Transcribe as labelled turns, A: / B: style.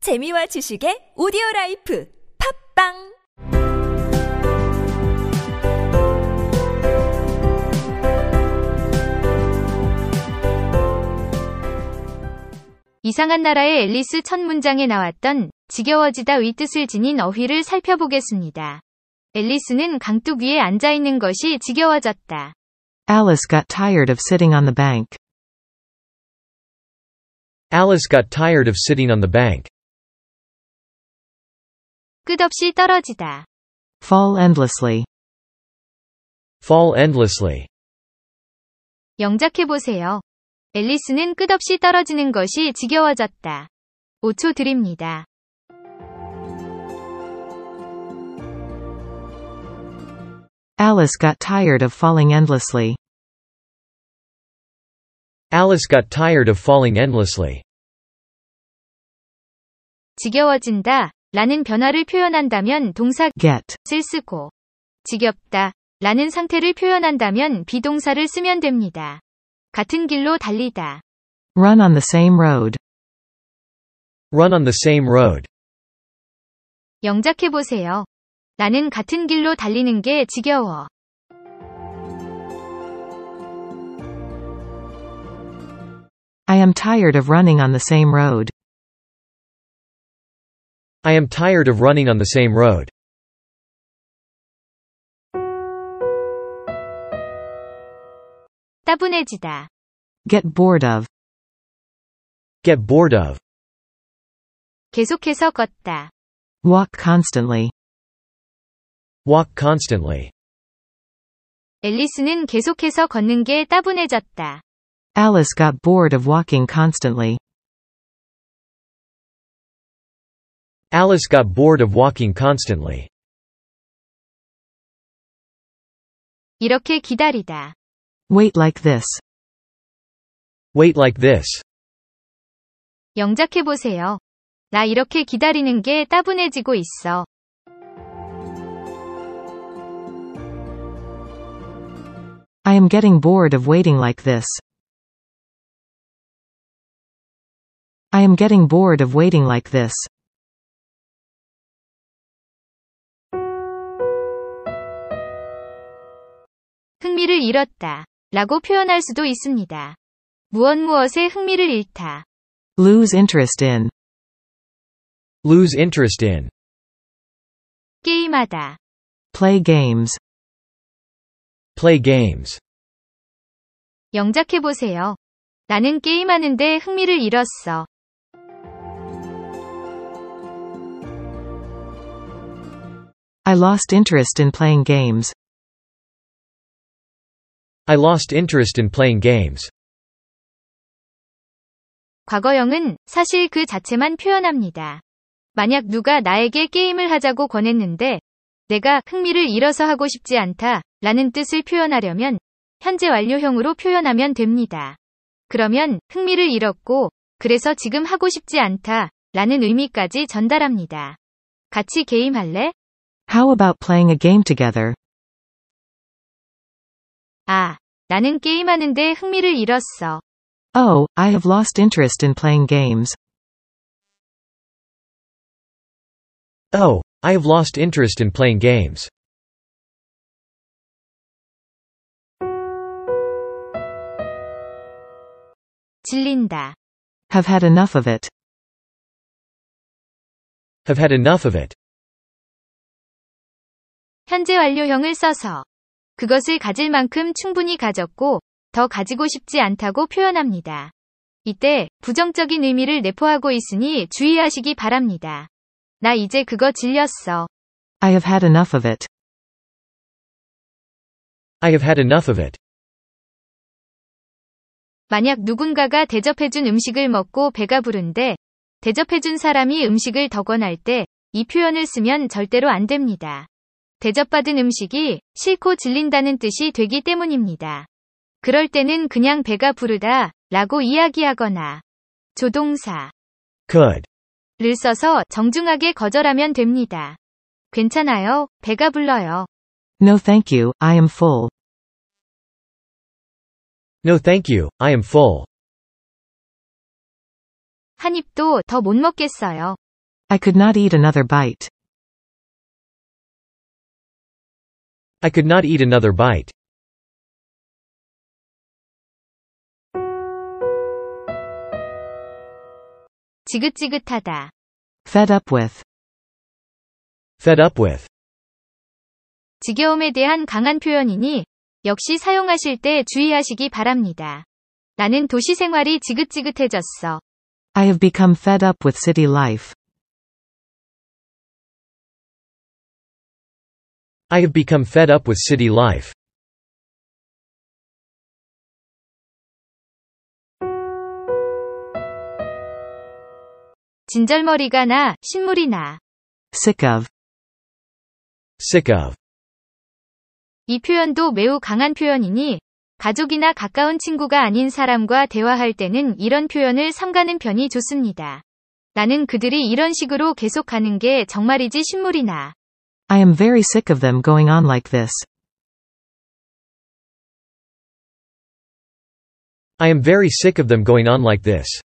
A: 재미와 지식의 오디오 라이프 팝빵
B: 이상한 나라의 앨리스 첫 문장에 나왔던 지겨워지다의 뜻을 지닌 어휘를 살펴보겠습니다. 앨리스는 강둑 위에 앉아 있는 것이 지겨워졌다.
C: Alice got tired of sitting on the bank.
D: Alice got tired of sitting on the bank.
B: 끝없이 떨어지다.
C: Fall endlessly.
D: Fall endlessly.
B: 영작해보세요. 앨리스는 끝없이 떨어지는 것이 지겨워졌다. 5초 드립니다.
C: Alice got tired of falling endlessly.
D: Alice got tired of falling endlessly.
B: 지겨워진다 라는 변화를 표현한다면 동사
C: Get.
B: 을 쓰고 지겹다 라는 상태를 표현한다면 비동사를 쓰면 됩니다. 같은 길로 달리다.
C: Run on the same road.
D: Run on the same road.
B: 영작해보세요. 나는 같은 길로 달리는 게 지겨워.
C: I am tired of running on the same road.
D: I am tired of running on the same road.
B: 따분해지다.
C: Get bored of.
D: Get bored of.
B: 계속해서 걷다.
C: Walk constantly.
D: Walk constantly.
B: 앨리스는 계속해서 걷는 게 따분해졌다.
C: Alice got bored of walking constantly.
D: Alice got bored of walking constantly.
B: 이렇게 기다리다.
C: Wait like this.
D: Wait like this.
B: 영작해보세요. 나 이렇게 기다리는 게 따분해지고 있어.
C: I am getting bored of waiting like this. I am getting bored of waiting like this.
B: 흥미를 잃었다. 라고 표현할 수도 있습니다. 무엇 무엇에 흥미를 잃다.
C: Lose interest in.
D: Lose interest in.
B: 게임하다.
C: Play games.
D: Play games.
B: 영작해보세요. 나는 게임하는데 흥미를 잃었어.
C: I lost interest in playing games.
D: I lost interest in playing games.
B: 과거형은 사실 그 자체만 표현합니다. 만약 누가 나에게 게임을 하자고 권했는데 내가 흥미를 잃어서 하고 싶지 않다 라는 뜻을 표현하려면 현재 완료형으로 표현하면 됩니다. 그러면 흥미를 잃었고 그래서 지금 하고 싶지 않다 라는 의미까지 전달합니다. 같이 게임할래?
C: How about playing a game together?
B: 아, 나는 게임하는데 흥미를 잃었어.
C: Oh, I have lost interest in playing games.
D: Oh, I have lost interest in playing games.
B: 질린다.
C: Have had enough of it.
D: Have had enough of it.
B: 현재 완료형을 써서 그것을 가질 만큼 충분히 가졌고 더 가지고 싶지 않다고 표현합니다. 이때 부정적인 의미를 내포하고 있으니 주의하시기 바랍니다. 나 이제 그거 질렸어.
C: I have had enough of it.
D: I have had enough of it.
B: 만약 누군가가 대접해준 음식을 먹고 배가 부른데 대접해준 사람이 음식을 더 권할 때 이 표현을 쓰면 절대로 안 됩니다. 대접받은 음식이 싫고 질린다는 뜻이 되기 때문입니다. 그럴 때는 그냥 배가 부르다 라고 이야기하거나 조동사
D: Could.
B: 를 써서 정중하게 거절하면 됩니다. 괜찮아요. 배가 불러요.
C: No thank you, I am full.
D: No thank you, I am full.
B: 한 입도 더 못 먹겠어요.
C: I could not eat another bite.
D: I could not eat another bite.
B: 지긋지긋하다.
C: Fed up with.
D: Fed up with.
B: 지겨움에 대한 강한 표현이니 역시 사용하실 때 주의하시기 바랍니다. 나는 도시 생활이 지긋지긋해졌어.
C: I have become fed up with city life.
D: I have become fed up with city life.
B: 진절머리가 나, 신물이 나.
C: Sick of.
D: Sick of.
B: 이 표현도 매우 강한 표현이니 가족이나 가까운 친구가 아닌 사람과 대화할 때는 이런 표현을 삼가는 편이 좋습니다. 나는 그들이 이런 식으로 계속 가는 게 정말이지 신물이나.
C: I am very sick of them going on like this.
D: I am very sick of them going on like this.